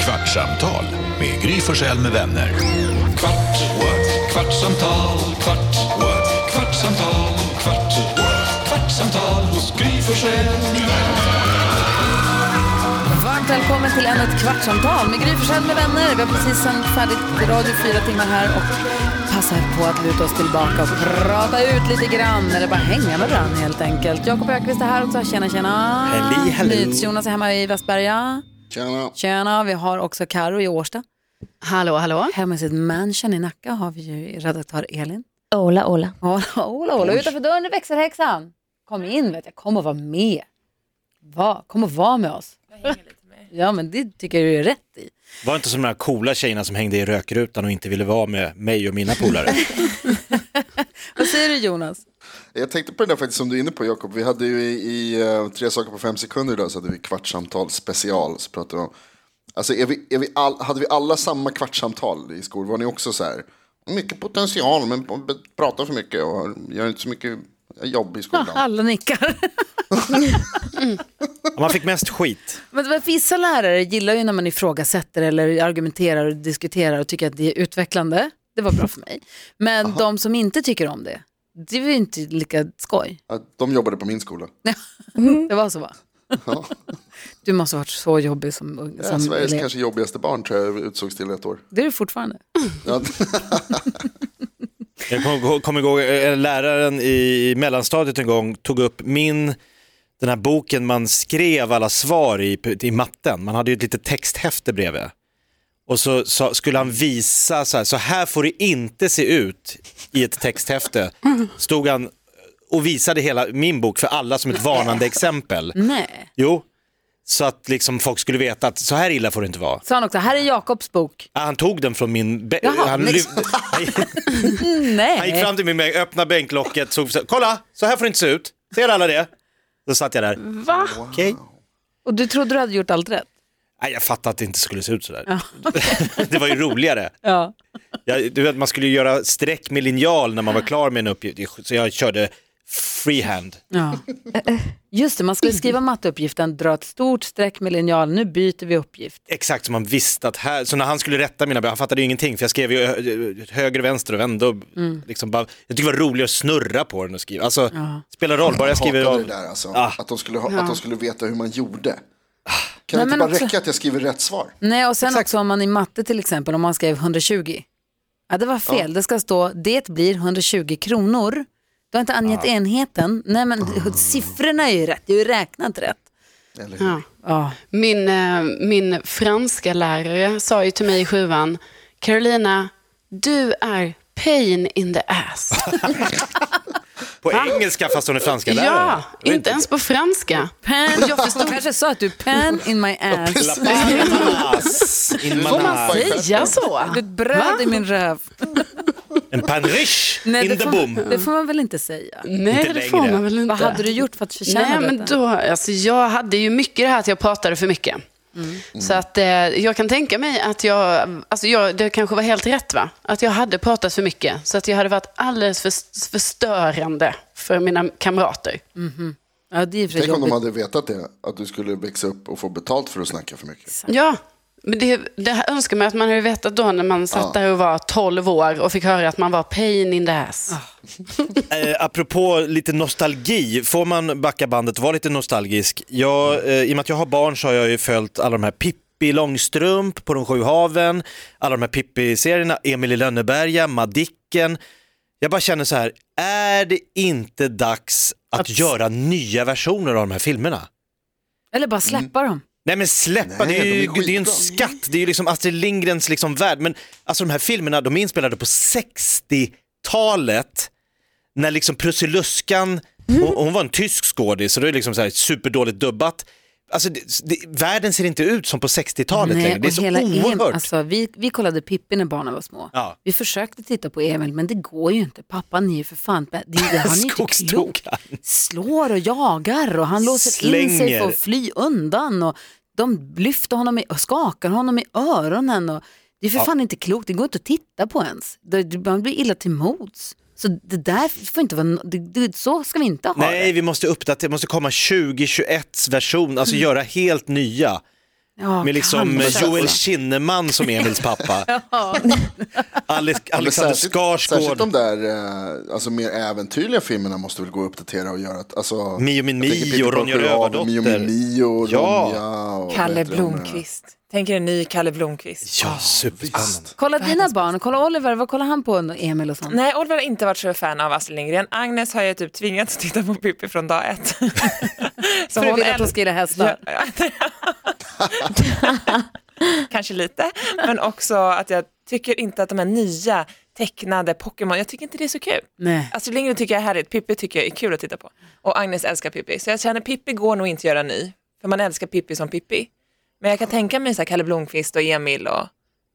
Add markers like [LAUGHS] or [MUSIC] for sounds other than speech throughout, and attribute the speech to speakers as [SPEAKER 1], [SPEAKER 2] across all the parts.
[SPEAKER 1] Kvartsamtal med Gry Forssell med vänner. Kvart, what? kvartsamtal, kvart, what? kvartsamtal, kvart, what? kvartsamtal hos Gry Forssell med vänner.
[SPEAKER 2] Varmt välkommen till ännu ett kvartsamtal med Gry Forssell med vänner. Vi har precis sänt färdigt radio fyra timmar här och passar på att luta oss tillbaka och prata ut lite grann, eller bara hänga med varandra helt enkelt. Jakob Ökvist är här också. Tjena, tjena.
[SPEAKER 3] Halli, halli.
[SPEAKER 2] Jonas är hemma i Västberga.
[SPEAKER 3] Tjena.
[SPEAKER 2] Tjena. Vi har också Karo i Årsta.
[SPEAKER 4] Hallå, hallå.
[SPEAKER 2] Hemma i sitt mansion i Nacka har vi ju redaktör Elin.
[SPEAKER 4] Ola, Ola.
[SPEAKER 2] Ola, [LAUGHS] Ola, Ola. Utanför dörren är växelhäxan. Kom in, vet jag. Kom och var med. Va? Kom och var med oss. Ja, men det tycker jag du är rätt i.
[SPEAKER 5] Var inte som de här coola tjejerna som hängde i rökrutan och inte ville vara med mig och mina polare.
[SPEAKER 2] Vad säger du Jonas?
[SPEAKER 3] [LAUGHS] Jag tänkte på det där faktiskt som du är inne på Jakob. Vi hade ju i, i eh, Tre saker på fem sekunder idag så hade vi kvartssamtal special. Så pratade vi om, alltså är vi, är vi all, hade vi alla samma kvartssamtal i skolan? Var ni också så här, mycket potential men p- p- pratar för mycket och gör inte så mycket jobb i skolan?
[SPEAKER 2] Alla nickar.
[SPEAKER 5] Man fick mest skit.
[SPEAKER 2] [LAUGHS] Men det- vissa lärare gillar ju när man ifrågasätter eller argumenterar och diskuterar och tycker att det är utvecklande. Det var bra för mig. Men de som inte tycker om det, det var ju inte lika skoj.
[SPEAKER 3] Att De jobbade på min skola.
[SPEAKER 2] Det var så va? [LAUGHS] Du måste ha varit så jobbig som, ung-
[SPEAKER 3] Ja,
[SPEAKER 2] som
[SPEAKER 3] Sveriges
[SPEAKER 2] elev.
[SPEAKER 3] kanske jobbigaste barn tror jag utsågs till ett år.
[SPEAKER 2] Det är du fortfarande.
[SPEAKER 3] Ja,
[SPEAKER 5] Jag kommer kom ihåg eh, läraren i mellanstadiet en gång tog upp min, den här boken man skrev alla svar i, i matten. Man hade ju ett litet texthäfte bredvid. Och så, sa- skulle han visa så här, så här får det inte se ut i ett texthäfte. Stod han och visade hela min bok för alla som ett varnande exempel.
[SPEAKER 2] Nej.
[SPEAKER 5] Jo, så att liksom folk skulle veta att så här illa får det inte vara.
[SPEAKER 2] Sa han också, här är Jakobs bok.
[SPEAKER 5] Ah, Han tog den från min bänk.
[SPEAKER 2] Jaha,
[SPEAKER 5] Han,
[SPEAKER 2] nej.
[SPEAKER 5] lyfte- han gick
[SPEAKER 2] Nej.
[SPEAKER 5] fram till min bänk, öppnade bänklocket, såg, kolla, så här får det inte se ut. Ser alla det? Då satt jag där.
[SPEAKER 2] Mm.
[SPEAKER 5] Va? Okej.
[SPEAKER 2] Och du trodde du hade gjort allt rätt?
[SPEAKER 5] Nej, jag fattade att det inte skulle se ut sådär. [LAUGHS] det var ju roligare.
[SPEAKER 2] Ja.
[SPEAKER 5] Jag, du vet, man skulle ju göra streck med linjal när man var klar med en uppgift, så jag körde freehand.
[SPEAKER 2] Ja. [LAUGHS] Just det, man skulle skriva matteuppgiften, dra ett stort streck med linjal, nu byter vi uppgift.
[SPEAKER 5] Exakt som man visste att här, så när han skulle rätta mina, han fattade ju ingenting för jag skrev ju ö- höger och vänster och vände och liksom bara, jag tycker det var roligare att snurra på den och skriva, alltså spelar roll, bara jag skriver
[SPEAKER 3] hatade
[SPEAKER 5] av.
[SPEAKER 3] det där alltså.
[SPEAKER 5] Ah.
[SPEAKER 3] Att, de skulle ha, att de skulle veta hur man gjorde. Kan
[SPEAKER 2] Nej,
[SPEAKER 3] det inte
[SPEAKER 2] men
[SPEAKER 3] bara
[SPEAKER 2] också-
[SPEAKER 3] räcka att jag skriver rätt svar?
[SPEAKER 2] Nej, och sen också om man i matte till exempel, om man skrev 120. Ja, det var fel, det ska stå det blir 120 kronor. Du har inte angett enheten. Nej, men siffrorna är ju rätt, det är ju räknat rätt.
[SPEAKER 3] Eller hur?
[SPEAKER 4] Ja.
[SPEAKER 2] Ja.
[SPEAKER 4] Min, eh, min franska lärare sa ju till mig i sjuan, Carolina, du är pain in the
[SPEAKER 5] [LAUGHS]
[SPEAKER 4] ass.
[SPEAKER 5] På engelska fast hon är franska
[SPEAKER 4] ja, inte ens på franska.
[SPEAKER 2] Pen, jag förstod kanske sa att du pen in my ass.
[SPEAKER 5] Manas. In
[SPEAKER 3] Får man
[SPEAKER 5] manas.
[SPEAKER 3] säga?
[SPEAKER 4] Ja, så.
[SPEAKER 2] Du är ett bröd i min röv.
[SPEAKER 5] En panrish
[SPEAKER 2] det,
[SPEAKER 5] in the
[SPEAKER 2] får,
[SPEAKER 5] boom.
[SPEAKER 2] man- det får man väl inte säga?
[SPEAKER 4] Nej,
[SPEAKER 5] Inte
[SPEAKER 4] det får
[SPEAKER 5] längre.
[SPEAKER 4] man väl inte.
[SPEAKER 2] Vad hade du gjort för att förtjäna
[SPEAKER 4] Nej,
[SPEAKER 2] detta?
[SPEAKER 4] men då, alltså, jag hade ju mycket det här att jag pratade för mycket.
[SPEAKER 2] Mm.
[SPEAKER 4] Så att eh, jag kan tänka mig att jag, alltså jag, det kanske var helt rätt va? Att jag hade pratat för mycket. Så att jag hade varit alldeles för, förstörande för mina kamrater.
[SPEAKER 2] Ja, det är i och för sig
[SPEAKER 3] Tänk om de
[SPEAKER 2] jobbigt.
[SPEAKER 3] hade vetat det, att du skulle växa upp och få betalt för att snacka för mycket.
[SPEAKER 4] Ja, men det, det här önskar man att man hade vetat då när man satt där och var 12 år och fick höra att man var pain in the ass.
[SPEAKER 5] Eh, apropå lite nostalgi, får man backa bandet och vara lite nostalgisk? Jag, eh, I och med att jag har barn så har jag ju följt alla de här Pippi Långstrump på de sju haven, alla de här Pippi-serierna, Emil i Lönneberga, Madicken. Jag bara känner så här, är det inte dags att, göra nya versioner av de här filmerna?
[SPEAKER 2] Eller bara släppa dem.
[SPEAKER 5] Nej men släppa,
[SPEAKER 3] Nej,
[SPEAKER 5] det, är
[SPEAKER 3] de
[SPEAKER 5] ju,
[SPEAKER 3] är
[SPEAKER 5] det är ju en
[SPEAKER 3] skitbra.
[SPEAKER 5] skatt, det är ju liksom Astrid Lindgrens liksom värld. Men alltså de här filmerna, de är inspelade på 60-talet när liksom Prussiluskan,
[SPEAKER 2] Mm.
[SPEAKER 5] hon, hon var en tysk skådis så det är liksom så här superdåligt dubbat. Alltså det, det, världen ser inte ut som på 60-talet längre, det är
[SPEAKER 2] och
[SPEAKER 5] så
[SPEAKER 2] hela Emil-
[SPEAKER 5] oerhört.
[SPEAKER 2] alltså, vi, vi kollade Pippi när barnen var små.
[SPEAKER 5] Ja.
[SPEAKER 2] Vi försökte titta på Emil, men det går ju inte. Pappa, ni är för fan... Det, det, han är inte klok.
[SPEAKER 5] Skogstokar.
[SPEAKER 2] Slår och jagar och han låser in sig
[SPEAKER 5] Slänger.
[SPEAKER 2] för att fly undan. Och de lyfter honom i, och skakar honom i öronen. Och, det är för fan inte klokt, det går inte att titta på ens. Det, det, man blir illa till mods. Så det där får inte vara... no- Det, det, så ska vi inte ha det.
[SPEAKER 5] Nej, vi måste uppdatera, det måste komma 2021s version, alltså göra helt nya.
[SPEAKER 2] Mm. Ja,
[SPEAKER 5] med liksom
[SPEAKER 2] kanske.
[SPEAKER 5] Joel Kinnaman som
[SPEAKER 2] [LAUGHS]
[SPEAKER 5] Emils pappa. Alex, Alexander
[SPEAKER 3] särskilt, särskilt de
[SPEAKER 5] Skarsgård,
[SPEAKER 3] där eh, alltså, mer äventyrliga filmerna måste väl gå att uppdatera och göra. att- Alltså,
[SPEAKER 5] Mio Min
[SPEAKER 3] jag tänker
[SPEAKER 5] Mio,
[SPEAKER 3] Peter Parker
[SPEAKER 5] Ronja
[SPEAKER 3] och Aven,
[SPEAKER 5] Rövardotter.
[SPEAKER 3] Mio Min Mio, och
[SPEAKER 5] Ja.
[SPEAKER 3] Ronja. Och vad
[SPEAKER 6] Kalle
[SPEAKER 3] heter eh, de där?
[SPEAKER 6] Blomkvist. Tänk er en ny Kalle Blomkvist.
[SPEAKER 5] ja superspännande.
[SPEAKER 2] Kolla dina barn, kolla Oliver, vad kollar han på? Emil och sånt.
[SPEAKER 6] Nej, Oliver har inte varit så fan av Astrid Lindgren. Agnes har jag typ tvingats titta på Pippi från
[SPEAKER 3] [LAUGHS]
[SPEAKER 6] dag ett. så
[SPEAKER 2] För du vill att
[SPEAKER 6] älskar-
[SPEAKER 2] hon ska gilla hästar.
[SPEAKER 6] [LAUGHS] Kanske lite, men också att jag tycker inte att de här nya tecknade Pokémon, jag tycker inte det är så kul.
[SPEAKER 2] Nej.
[SPEAKER 6] Astrid Alltså, Lindgren tycker jag är härligt, Pippi tycker jag är kul att titta på. Och Agnes älskar Pippi, så jag känner Pippi går nog inte att göra ny, för man älskar Pippi som Pippi. Men jag kan tänka mig så här Kalle Blomkvist och Emil och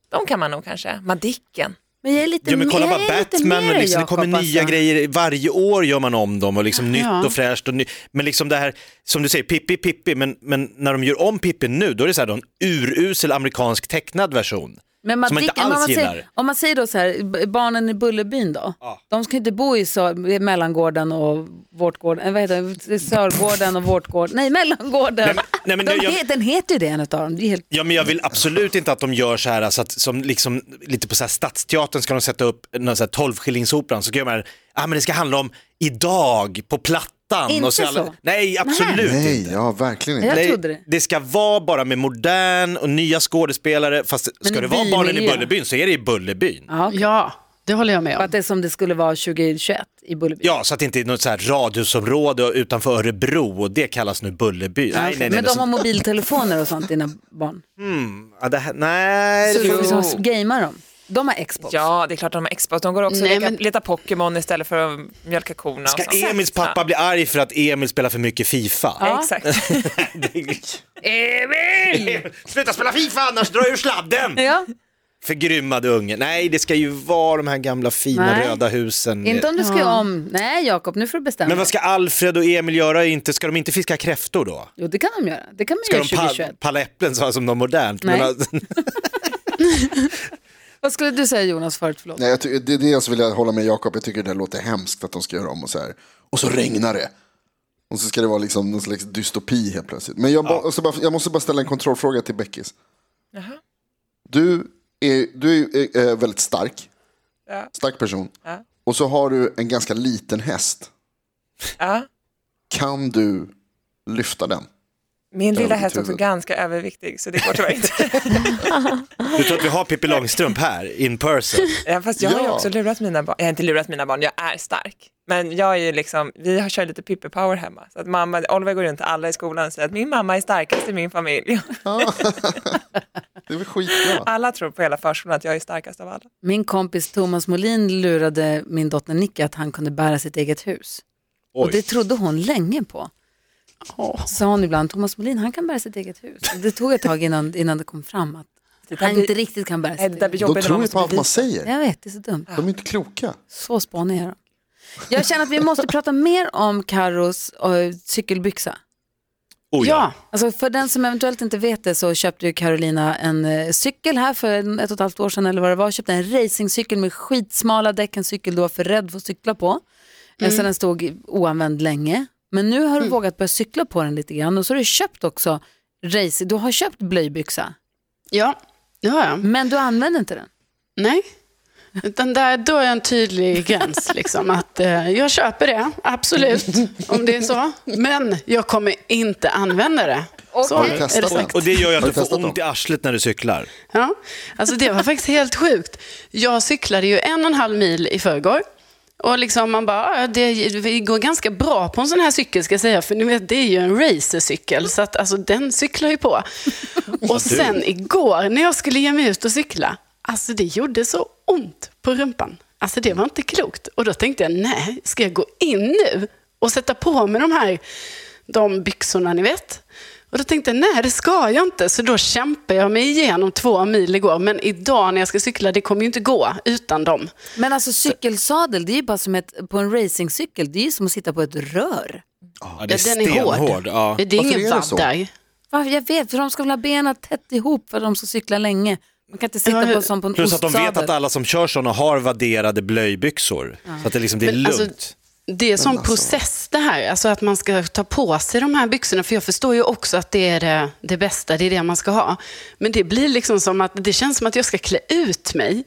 [SPEAKER 6] de kan man nog kanske. Madicken.
[SPEAKER 2] Men jag är lite,
[SPEAKER 5] Ja, men kolla bara
[SPEAKER 2] jag är lite
[SPEAKER 5] Batman,
[SPEAKER 2] med
[SPEAKER 5] och
[SPEAKER 2] dig,
[SPEAKER 5] liksom, det kommer
[SPEAKER 2] Jakob,
[SPEAKER 5] nya
[SPEAKER 2] alltså.
[SPEAKER 5] grejer, varje år gör man om dem och liksom
[SPEAKER 2] Ja.
[SPEAKER 5] nytt och fräscht. Och ny... Men liksom det här, som du säger, Pippi, Pippi, men, men när de gör om Pippi nu, då är det så här, då en urusel amerikansk tecknad version.
[SPEAKER 2] Men man
[SPEAKER 5] som man inte
[SPEAKER 2] dricker- men
[SPEAKER 5] alls
[SPEAKER 2] om man
[SPEAKER 5] gillar.
[SPEAKER 2] Säger, om man säger då så här, b- barnen i Bullerbyn då, de ska ju inte bo i, så, i mellangården och vårtgården, eh, vad heter det, I Sörgården och vårtgården, nej mellangården.
[SPEAKER 5] Nej, men- nej, men
[SPEAKER 2] de,
[SPEAKER 5] det- jag-
[SPEAKER 2] he- Den heter ju det en utav dem, det är helt
[SPEAKER 5] Ja, men jag vill absolut inte att de gör så här, alltså att, som liksom, lite på så här Stadsteatern ska de sätta upp någon så här 12-skillingsoperan, så kan man, ah, men det ska handla om idag, på Plattan.
[SPEAKER 2] Inte
[SPEAKER 5] och så
[SPEAKER 2] så?
[SPEAKER 5] Nej, absolut inte.
[SPEAKER 3] Nej, ja verkligen inte.
[SPEAKER 2] Jag
[SPEAKER 5] Nej,
[SPEAKER 2] trodde det.
[SPEAKER 5] ska vara bara med modern och nya skådespelare, fast
[SPEAKER 2] i
[SPEAKER 5] ska det vara
[SPEAKER 2] bymiljö.
[SPEAKER 5] barnen i Bullerbyn så är det i Bullerbyn. Ja.
[SPEAKER 2] Ja, okej.
[SPEAKER 4] Ja, det håller jag med
[SPEAKER 2] Och
[SPEAKER 4] om.
[SPEAKER 2] Att det är som det skulle vara 2021 i Bullerby.
[SPEAKER 5] så att det inte är något så här radhusområde utanför Örebro och det kallas nu Bullerby. Nej, nej, nej.
[SPEAKER 2] men
[SPEAKER 5] det är
[SPEAKER 2] de
[SPEAKER 5] så-
[SPEAKER 2] har mobiltelefoner och sånt, dina barn.
[SPEAKER 5] ja, det här, nej, det
[SPEAKER 2] Så
[SPEAKER 5] finns...
[SPEAKER 2] de som gamar dem. De har Xbox.
[SPEAKER 6] Ja, det är klart de har Xbox. De går också
[SPEAKER 4] Nej,
[SPEAKER 6] och leka,
[SPEAKER 4] men-
[SPEAKER 6] leta Pokémon istället för att mjölka korna. och sånt.
[SPEAKER 5] Ska Emils pappa bli arg för att Emil spelar för mycket Fifa? [LAUGHS]
[SPEAKER 6] Ja, [LAUGHS] exakt.
[SPEAKER 5] Emil! Sluta spela Fifa annars drar jag ur sladden!
[SPEAKER 2] [LAUGHS] Ja.
[SPEAKER 5] Förgrymmade unge. Nej, det ska ju vara de här gamla fina
[SPEAKER 2] Nej.
[SPEAKER 5] röda husen.
[SPEAKER 2] Inte om du ska göra om. Nej, Jakob, nu får du bestämma.
[SPEAKER 5] Men vad ska Alfred och Emil göra? Inte, ska de inte fiska kräftor då?
[SPEAKER 2] Jo, det kan de göra. Det kan man
[SPEAKER 5] Ska
[SPEAKER 2] göra
[SPEAKER 5] de pa
[SPEAKER 2] 2021.
[SPEAKER 5] palla äpplen så här som de modernt?
[SPEAKER 2] Nej.
[SPEAKER 5] Men, alltså,
[SPEAKER 2] Vad skulle du säga Jonas förut? Förlåt.
[SPEAKER 3] Nej, jag ty- det är det jag vill jag hålla med Jakob. Jag tycker det där låter hemskt att de ska göra om och så här. Och så regnar det. Och så ska det vara liksom någon slags dystopi helt plötsligt. Men jag, ba- och så bara, jag måste bara ställa en kontrollfråga till Beckis. Du är, du är eh, väldigt stark.
[SPEAKER 6] Ja.
[SPEAKER 3] Stark person.
[SPEAKER 6] Ja.
[SPEAKER 3] Och så har du en ganska liten häst.
[SPEAKER 6] ja.
[SPEAKER 3] Kan du lyfta den?
[SPEAKER 6] Min
[SPEAKER 3] Jag
[SPEAKER 6] lilla
[SPEAKER 3] har
[SPEAKER 6] häst är
[SPEAKER 3] ont i
[SPEAKER 6] också
[SPEAKER 3] huvudet.
[SPEAKER 6] ganska överviktig så det går tyvärr inte.
[SPEAKER 5] du tror att vi har Pippi Långstrump här, in person?
[SPEAKER 6] Ja, fast jag har ju
[SPEAKER 3] Ja.
[SPEAKER 6] också lurat mina barn. Jag har inte lurat mina barn, jag är stark. Men jag är ju liksom, vi har kört lite pippi-power hemma. Så att mamma, Oliver går runt till alla i skolan och säger att min mamma är starkast i min familj. [LAUGHS]
[SPEAKER 3] [LAUGHS] Det är väl skitbra.
[SPEAKER 6] Alla tror på hela förskolan att jag är starkast av alla.
[SPEAKER 2] Min kompis Thomas Molin lurade min dotter Nicky att han kunde bära sitt eget hus. Och det trodde hon länge på.
[SPEAKER 4] Oh,
[SPEAKER 2] Sa hon ibland, Thomas Molin han kan bära sitt eget hus. Och Det tog ett tag innan, innan det kom fram att han inte riktigt kan bära
[SPEAKER 6] Nej,
[SPEAKER 2] sitt
[SPEAKER 6] det där
[SPEAKER 2] eget hus.
[SPEAKER 3] De
[SPEAKER 6] blir jobbigt när
[SPEAKER 3] tror
[SPEAKER 6] man
[SPEAKER 3] ju på
[SPEAKER 6] måste
[SPEAKER 3] allt man
[SPEAKER 6] bevisa.
[SPEAKER 3] säger.
[SPEAKER 2] Jag vet, det är så dumt.
[SPEAKER 3] De är inte kloka.
[SPEAKER 2] Så spåniga är de. Jag känner att vi måste prata mer om Carros eh, cykelbyxa.
[SPEAKER 5] Oh,
[SPEAKER 4] Ja,
[SPEAKER 2] Alltså för den som eventuellt inte vet det så köpte ju Carolina en eh, cykel här för en- ett och ett halvt år sedan eller vad det var. Köpte en racingcykel med skitsmala däck, en cykel du var för rädd för att cykla på. Mm. Så den stod i- oanvänd länge. Men nu har
[SPEAKER 5] Mm.
[SPEAKER 2] du vågat börja cykla på den lite grann och så har du köpt också race, du har köpt blöjbyxa
[SPEAKER 4] ja, det har jag.
[SPEAKER 2] men du använder inte den.
[SPEAKER 4] Nej. Utan där drar jag en tydlig [LAUGHS] gräns. Liksom, att, eh, jag köper det, absolut, om det är så. Men jag kommer inte använda det. Så
[SPEAKER 3] Har du
[SPEAKER 4] är det
[SPEAKER 3] testat den?
[SPEAKER 4] sagt.
[SPEAKER 5] Och det gör ju att du
[SPEAKER 3] Har du
[SPEAKER 5] får
[SPEAKER 3] testat
[SPEAKER 5] ont i arslet när du cyklar.
[SPEAKER 4] Ja, alltså det var faktiskt helt sjukt. Jag cyklade ju en och en halv mil i förrgår. Och liksom man bara, ja, det det går ganska bra på en sån här cykel ska jag säga, för ni vet det är ju en racercykel, så att alltså, den cyklar ju på. Och sen igår när jag skulle ge mig ut och cykla, alltså det gjorde så ont på rumpan. Alltså det var inte klokt. Och då tänkte jag, nej, ska jag gå in nu och sätta på mig de här de byxorna ni vet. Och då tänkte jag, nej det ska jag inte. Så då kämpade jag mig igenom två mil igår. Men idag när jag ska cykla, det kommer ju inte gå utan dem.
[SPEAKER 2] Men alltså cykelsadel, det är ju bara som ett, på en racingcykel, det är ju som att sitta på ett rör.
[SPEAKER 5] Ja, det
[SPEAKER 4] Ja, den är hård.
[SPEAKER 5] Ja.
[SPEAKER 4] Det är
[SPEAKER 3] Varför är
[SPEAKER 4] ingen
[SPEAKER 3] det
[SPEAKER 4] vadd
[SPEAKER 3] så?
[SPEAKER 4] där.
[SPEAKER 2] Va, Jag vet, för de ska väl ha benen tätt ihop för att de ska cykla länge. Man kan inte sitta
[SPEAKER 4] Ja,
[SPEAKER 2] på, som på en
[SPEAKER 5] Plus att de vet
[SPEAKER 2] ostsadel.
[SPEAKER 5] att alla som kör sådana har vadderade blöjbyxor. Så att det, liksom, det är
[SPEAKER 4] Men,
[SPEAKER 5] lugnt.
[SPEAKER 4] alltså, Det är en sån
[SPEAKER 3] alltså.
[SPEAKER 4] process det här, alltså att man ska ta på sig de här byxorna. För jag förstår ju också att det är det, det bästa, det är det man ska ha. Men det blir liksom som att, det känns som att jag ska klä ut mig.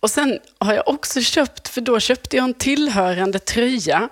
[SPEAKER 4] Och sen har jag också köpt, för då köpte jag en tillhörande tröja.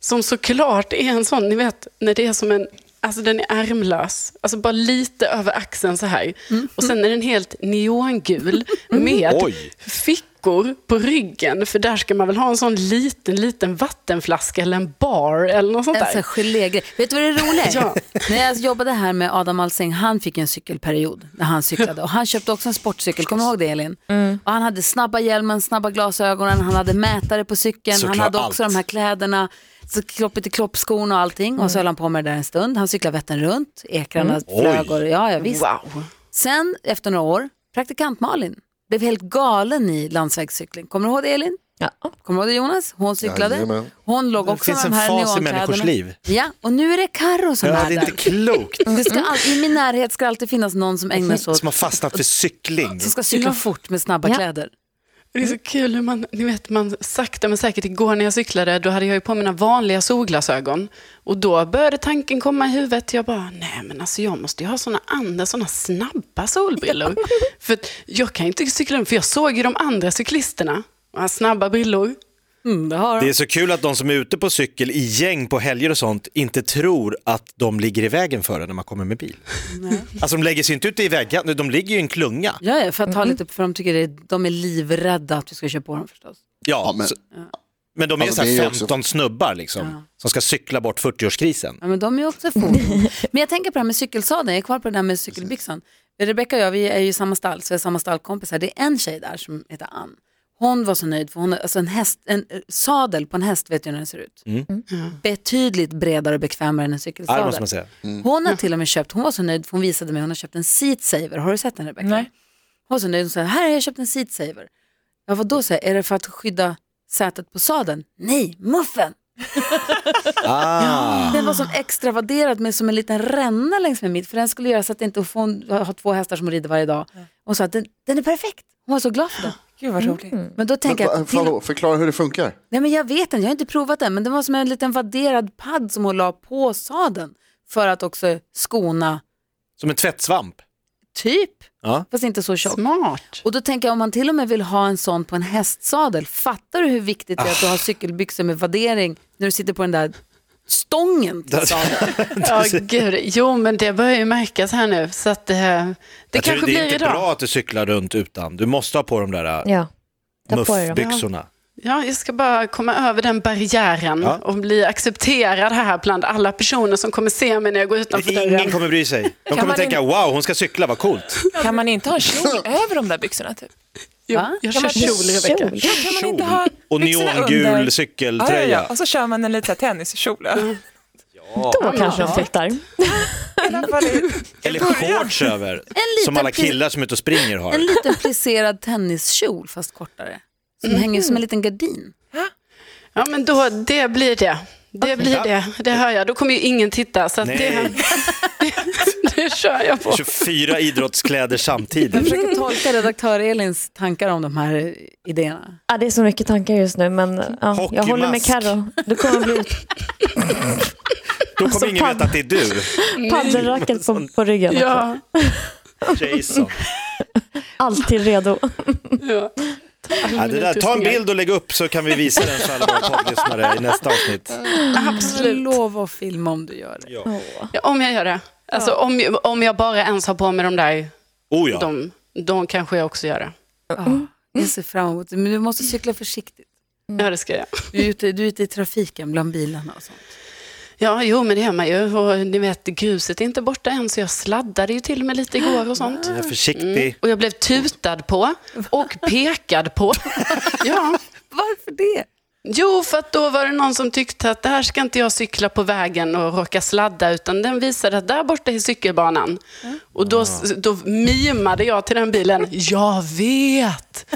[SPEAKER 4] Som såklart är en sån, ni vet, när det är som en, alltså den är ärmlös. Alltså bara lite över axeln så här. Och sen är den helt neongul med
[SPEAKER 5] Oj.
[SPEAKER 4] fickor på ryggen, för där ska man väl ha en sån liten, liten vattenflaska eller en bar eller något sånt
[SPEAKER 2] En sån här
[SPEAKER 4] där.
[SPEAKER 2] Alltså, gelégrej. Vet du vad det roliga
[SPEAKER 5] [LAUGHS]
[SPEAKER 2] är?
[SPEAKER 4] Ja.
[SPEAKER 2] När jag jobbade här med Adam Alsing, han fick en cykelperiod när han cyklade. Och han köpte också en sportcykel, kommer du ihåg det Elin?
[SPEAKER 5] Mm.
[SPEAKER 2] Och han hade snabba hjälmen, snabba glasögonen, han hade mätare på cykeln,
[SPEAKER 5] Såklart
[SPEAKER 2] han hade också
[SPEAKER 5] allt.
[SPEAKER 2] de här kläderna, så kloppet i kloppskon och allting.
[SPEAKER 5] Mm.
[SPEAKER 2] Och så höll han på med det där en stund. Han cyklade Vättern runt, ekrarna flög och ja, ja visst.
[SPEAKER 4] Wow.
[SPEAKER 2] Sen efter några år, praktikant Malin blev helt galen i landsvägscykling. Kommer du ihåg det Elin?
[SPEAKER 6] Ja.
[SPEAKER 2] Kommer du ihåg det Jonas? Hon cyklade.
[SPEAKER 3] Jajamän.
[SPEAKER 2] Hon låg också
[SPEAKER 5] finns
[SPEAKER 2] med de
[SPEAKER 5] en
[SPEAKER 2] här
[SPEAKER 5] fas i
[SPEAKER 2] neonkläderna.
[SPEAKER 5] människors liv.
[SPEAKER 2] Ja, och nu är det Karo som
[SPEAKER 5] Ja,
[SPEAKER 2] är
[SPEAKER 5] det är
[SPEAKER 2] där.
[SPEAKER 5] inte klokt.
[SPEAKER 2] Det ska all, I min närhet ska alltid finnas någon som ägnar sig åt,
[SPEAKER 5] Som har fastnat för cykling.
[SPEAKER 2] som ska cykla fort med snabba
[SPEAKER 6] Ja.
[SPEAKER 2] kläder.
[SPEAKER 4] Det är så kul hur man, ni vet, man sakta men säkert, igår när jag cyklade, då hade jag ju på mina vanliga solglasögon. Och då började tanken komma i huvudet, jag bara, nej men alltså jag måste ju ha sådana andra, sådana snabba solbrillor. för att jag kan ju inte cykla runt, för jag såg ju de andra cyklisterna, och ha snabba brillor.
[SPEAKER 2] Mm, det har
[SPEAKER 5] Det
[SPEAKER 2] de.
[SPEAKER 5] är så kul att de som är ute på cykel i gäng på helger och sånt inte tror att de ligger i vägen för en när man kommer med bil. Alltså de lägger sig inte ute i väggen, de ligger ju i en klunga.
[SPEAKER 2] Ja, ja, för att ta lite, för de tycker det, är- de är livrädda att vi ska köra på dem förstås.
[SPEAKER 5] Ja,
[SPEAKER 3] Ja, men-
[SPEAKER 5] men, men de är
[SPEAKER 3] Alltså,
[SPEAKER 5] så
[SPEAKER 3] det är
[SPEAKER 5] här
[SPEAKER 3] ju också-
[SPEAKER 5] 15 snubbar liksom, som ska cykla bort 40-årskrisen.
[SPEAKER 2] Ja, men de är också få. men jag tänker på det här med cykelsadeln, jag är kvar på det där med cykelbyxan. Rebecka och jag, vi är ju i samma stall, så vi är samma stallkompisar. Det är en tjej där som heter Ann. Hon var så nöjd för hon har, alltså en, häst, en eh, sadel på en häst vet du hur den ser ut. Betydligt bredare och bekvämare än en
[SPEAKER 5] Mm. Ja,
[SPEAKER 2] cykelsadel.
[SPEAKER 5] det måste man säga.
[SPEAKER 2] Hon har till och med köpt, hon var så nöjd för hon visade mig, hon har köpt en seat saver. Har du sett den Rebecca?
[SPEAKER 6] Nej.
[SPEAKER 2] Hon var så nöjd, hon sa, här har jag köpt en seat saver. Ja, vad då säger jag, är det för att skydda sätet på sadeln? Nej, muffen!
[SPEAKER 5] Ah.
[SPEAKER 2] Den var som extravaderad med som en liten ränna längs med mitt, för den skulle göra så att det inte får en, ha två hästar som rider varje dag. Hon sa att den, den är perfekt, hon var så glad för den.
[SPEAKER 6] Gud vad roligt.
[SPEAKER 2] Men då tänker jag,
[SPEAKER 3] Men,
[SPEAKER 2] att till,
[SPEAKER 3] hallå, förklara hur det funkar.
[SPEAKER 2] Nej men jag vet inte, jag har inte provat den, men det var som en liten vadderad padd som hon la på sadeln för att också skona
[SPEAKER 5] Som en tvättsvamp.
[SPEAKER 2] typ,
[SPEAKER 5] Ja.
[SPEAKER 2] fast inte så tjock.
[SPEAKER 4] Smart.
[SPEAKER 2] Och då tänker jag om man till och med vill ha en sån på en hästsadel, fattar du hur viktigt det är att du
[SPEAKER 5] Ah.
[SPEAKER 2] har cykelbyxor med vaddering när du sitter på den där stången till sadeln?
[SPEAKER 4] [LAUGHS] Ja, gud. Jo, men det börjar ju märkas här nu. Så att, eh, det
[SPEAKER 5] Jag tror
[SPEAKER 4] kanske
[SPEAKER 5] det är
[SPEAKER 4] blir
[SPEAKER 5] inte
[SPEAKER 4] idag.
[SPEAKER 5] bra att du cyklar runt utan, du måste ha på de där äh,
[SPEAKER 7] Ja, ta på dig dem.
[SPEAKER 5] muffbyxorna.
[SPEAKER 4] Ja, jag ska bara komma över den barriären
[SPEAKER 5] Ja.
[SPEAKER 4] och bli accepterad här bland alla personer som kommer se mig när jag går utanför
[SPEAKER 5] Ingen
[SPEAKER 4] dörren.
[SPEAKER 5] kommer bry sig. De kommer
[SPEAKER 6] man
[SPEAKER 5] tänka, wow, hon ska cykla, vad coolt.
[SPEAKER 6] Kan man inte ha
[SPEAKER 3] [LAUGHS]
[SPEAKER 6] en kjol över de där byxorna typ?
[SPEAKER 4] Jo,
[SPEAKER 2] Va?
[SPEAKER 4] jag kör kjol, Rebecka.
[SPEAKER 7] Kjol.
[SPEAKER 6] Kan man
[SPEAKER 5] Kjol.
[SPEAKER 6] inte ha
[SPEAKER 5] Och
[SPEAKER 6] byxorna
[SPEAKER 5] neongul
[SPEAKER 6] under? Ja, ja,
[SPEAKER 5] cykeltröja.
[SPEAKER 6] ja. Och så kör man en liten tenniskjol.
[SPEAKER 3] Mm.
[SPEAKER 6] [LAUGHS] över.
[SPEAKER 7] Då kanske de fattar.
[SPEAKER 6] I alla fall i-
[SPEAKER 5] Eller shorts över. Som alla
[SPEAKER 2] liten-
[SPEAKER 5] killar som är ute och springer har.
[SPEAKER 2] En liten plisserad tenniskjol fast kortare, som
[SPEAKER 5] Mm.
[SPEAKER 2] hänger som en liten gardin.
[SPEAKER 4] Ja, men då, det blir det. Det blir det, det hör jag. Då kommer ju ingen titta, så att det,
[SPEAKER 5] Nej.
[SPEAKER 4] [LAUGHS] det kör jag på.
[SPEAKER 5] 24 idrottskläder
[SPEAKER 2] Jag
[SPEAKER 5] samtidigt.
[SPEAKER 2] försöker tolka redaktör Elins tankar om de här eh, idéerna.
[SPEAKER 7] Ja, det är så mycket tankar just nu, men ja, jag
[SPEAKER 5] Hockeymask.
[SPEAKER 7] håller med Carro. Du kommer bli
[SPEAKER 4] [LAUGHS]
[SPEAKER 7] ut-
[SPEAKER 5] Då
[SPEAKER 7] Alltså,
[SPEAKER 5] kommer ingen veta att det är du,
[SPEAKER 7] paddelracket på, på ryggen.
[SPEAKER 4] Ja,
[SPEAKER 5] Jason.
[SPEAKER 7] Alltid redo.
[SPEAKER 4] ja.
[SPEAKER 5] Ja, det där, ta en bild och lägg upp så kan vi visa den för alla våra poddlyssnare i nästa avsnitt.
[SPEAKER 4] Absolut.
[SPEAKER 2] Lova att filma om du gör det.
[SPEAKER 4] Ja, om jag gör det. Alltså, om, om jag bara ens har på mig de där,
[SPEAKER 5] Oh ja.
[SPEAKER 4] de, de kanske jag också gör det.
[SPEAKER 2] Ja, Ah, jag ser fram emot det, men du måste cykla försiktigt.
[SPEAKER 4] Ja, det ska jag.
[SPEAKER 2] Du är ute, du är ute i trafiken bland bilarna och sånt.
[SPEAKER 4] Ja, jo, men det är man ju. Och ni vet, gruset är inte borta än, så jag sladdade ju till mig lite igår och sånt.
[SPEAKER 5] Jag är försiktig.
[SPEAKER 4] Och jag blev tutad på och pekad på. Ja.
[SPEAKER 2] Varför det?
[SPEAKER 4] Jo, för att då var det någon som tyckte att det här ska inte jag cykla på vägen och råka sladda, utan den visade att där borta är cykelbanan. Och då, då mimade jag till den bilen, jag vet.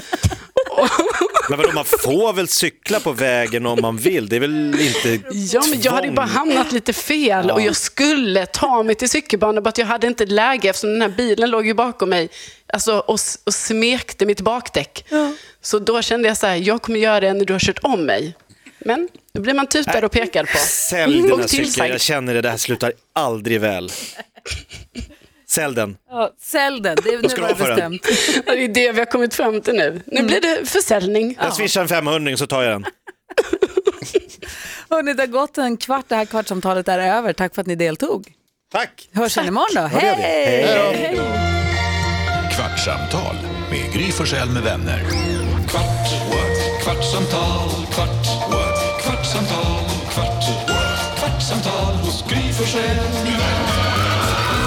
[SPEAKER 5] Men vadå, man får väl cykla på vägen om man vill? Det är väl inte
[SPEAKER 4] Ja, men jag hade ju bara
[SPEAKER 5] tvång?
[SPEAKER 4] hamnat lite fel och jag skulle ta mig till cykelbanan, bara att jag hade inte läge eftersom den här bilen låg ju bakom mig alltså, och, s- och smekte mitt bakdäck. Så då kände jag så här, jag kommer göra det när du har kört om mig. Men då blir man tutad och pekad på.
[SPEAKER 5] Sälj den här
[SPEAKER 4] Mm, Och tillsagd.
[SPEAKER 5] cykeln, jag känner det, det här slutar aldrig väl. Sälj den.
[SPEAKER 2] Ja, sälj den, det är nu
[SPEAKER 5] ska
[SPEAKER 2] var
[SPEAKER 5] du
[SPEAKER 2] det
[SPEAKER 5] ha för den.
[SPEAKER 2] bestämt.
[SPEAKER 4] [LAUGHS] Och det är det vi har kommit fram till nu. Nu
[SPEAKER 5] Mm.
[SPEAKER 4] blir det försäljning.
[SPEAKER 5] Jag swishar en 500 så tar jag den.
[SPEAKER 2] Hörrni, det har gått en kvart, det här kvartsamtalet är över. Tack för att ni deltog.
[SPEAKER 5] Tack!
[SPEAKER 2] Hörs igen imorgon då. Hej!
[SPEAKER 1] Kvartsamtal med Gry Forssell med vänner. Kvart, what? kvartsamtal, kvart, what? kvartsamtal, kvart, what? kvartsamtal hos Gry Forssell med vänner.